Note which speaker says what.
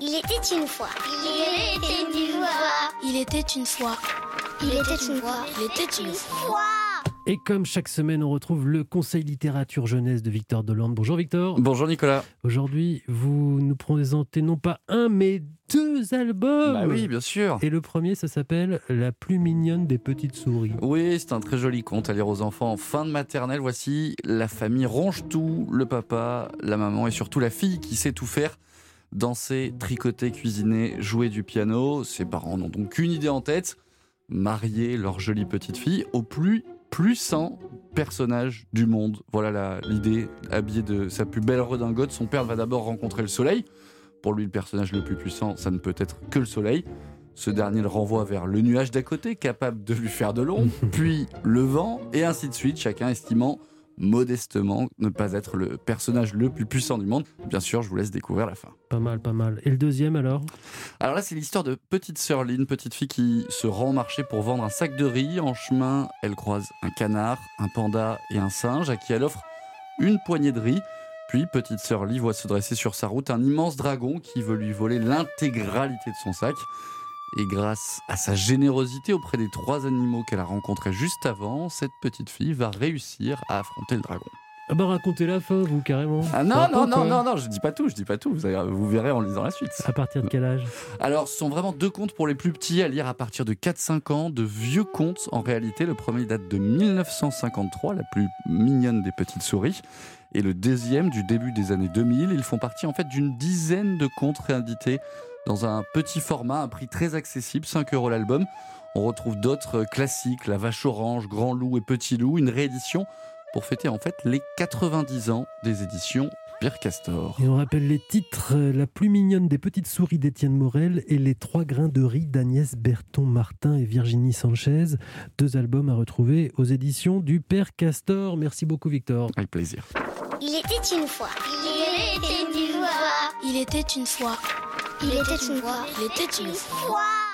Speaker 1: Il était une fois. Il était une fois.
Speaker 2: Il était une fois.
Speaker 1: Il était une fois.
Speaker 2: Il était une fois.
Speaker 3: Et comme chaque semaine, on retrouve le Conseil littérature jeunesse de Victor Dolande. Bonjour Victor.
Speaker 4: Bonjour Nicolas.
Speaker 3: Aujourd'hui, vous nous présentez non pas un, mais deux albums.
Speaker 4: Bah oui, bien sûr.
Speaker 3: Et le premier, ça s'appelle La plus mignonne des petites souris.
Speaker 4: Oui, c'est un très joli conte à lire aux enfants en fin de maternelle. Voici la famille ronge tout, le papa, la maman et surtout la fille qui sait tout faire. Danser, tricoter, cuisiner, jouer du piano. Ses parents n'ont donc qu'une idée en tête marier leur jolie petite fille au plus puissant personnage du monde. Voilà la- l'idée. Habillé de sa plus belle redingote, son père va d'abord rencontrer le soleil. Pour lui, le personnage le plus puissant, ça ne peut être que le soleil. Ce dernier le renvoie vers le nuage d'à côté, capable de lui faire de l'ombre, puis le vent, et ainsi de suite, chacun estimant modestement ne pas être le personnage le plus puissant du monde. Bien sûr, je vous laisse découvrir la fin.
Speaker 3: Pas mal, pas mal. Et le deuxième alors
Speaker 4: Alors là, c'est l'histoire de petite sœur Lynn, petite fille qui se rend au marché pour vendre un sac de riz. En chemin, elle croise un canard, un panda et un singe à qui elle offre une poignée de riz. Puis, petite sœur Lee voit se dresser sur sa route un immense dragon qui veut lui voler l'intégralité de son sac. Et grâce à sa générosité auprès des trois animaux qu'elle a rencontrés juste avant, cette petite fille va réussir à affronter le dragon.
Speaker 3: Ah bah racontez la fin, vous carrément.
Speaker 4: Ah non, non,
Speaker 3: Raconte,
Speaker 4: non,
Speaker 3: hein.
Speaker 4: non, non, je dis pas tout, je dis pas tout. Vous, allez- vous verrez en lisant la suite.
Speaker 3: À partir de quel âge
Speaker 4: Alors, ce sont vraiment deux contes pour les plus petits à lire à partir de 4-5 ans, de vieux contes en réalité. Le premier date de 1953, la plus mignonne des petites souris, et le deuxième du début des années 2000. Ils font partie en fait d'une dizaine de contes réédités dans un petit format, un prix très accessible, 5 euros l'album. On retrouve d'autres classiques, La Vache Orange, Grand Loup et Petit Loup, une réédition pour fêter en fait les 90 ans des éditions Pierre Castor.
Speaker 3: Et on rappelle les titres euh, La plus mignonne des petites souris d'Étienne Morel et Les trois grains de riz d'Agnès Berton-Martin et Virginie Sanchez. Deux albums à retrouver aux éditions du Père Castor. Merci beaucoup, Victor.
Speaker 4: Avec plaisir.
Speaker 1: Il était une fois. Il était une fois.
Speaker 2: Il était une fois.
Speaker 1: Il était une fois.
Speaker 2: Il était une fois.
Speaker 1: fois.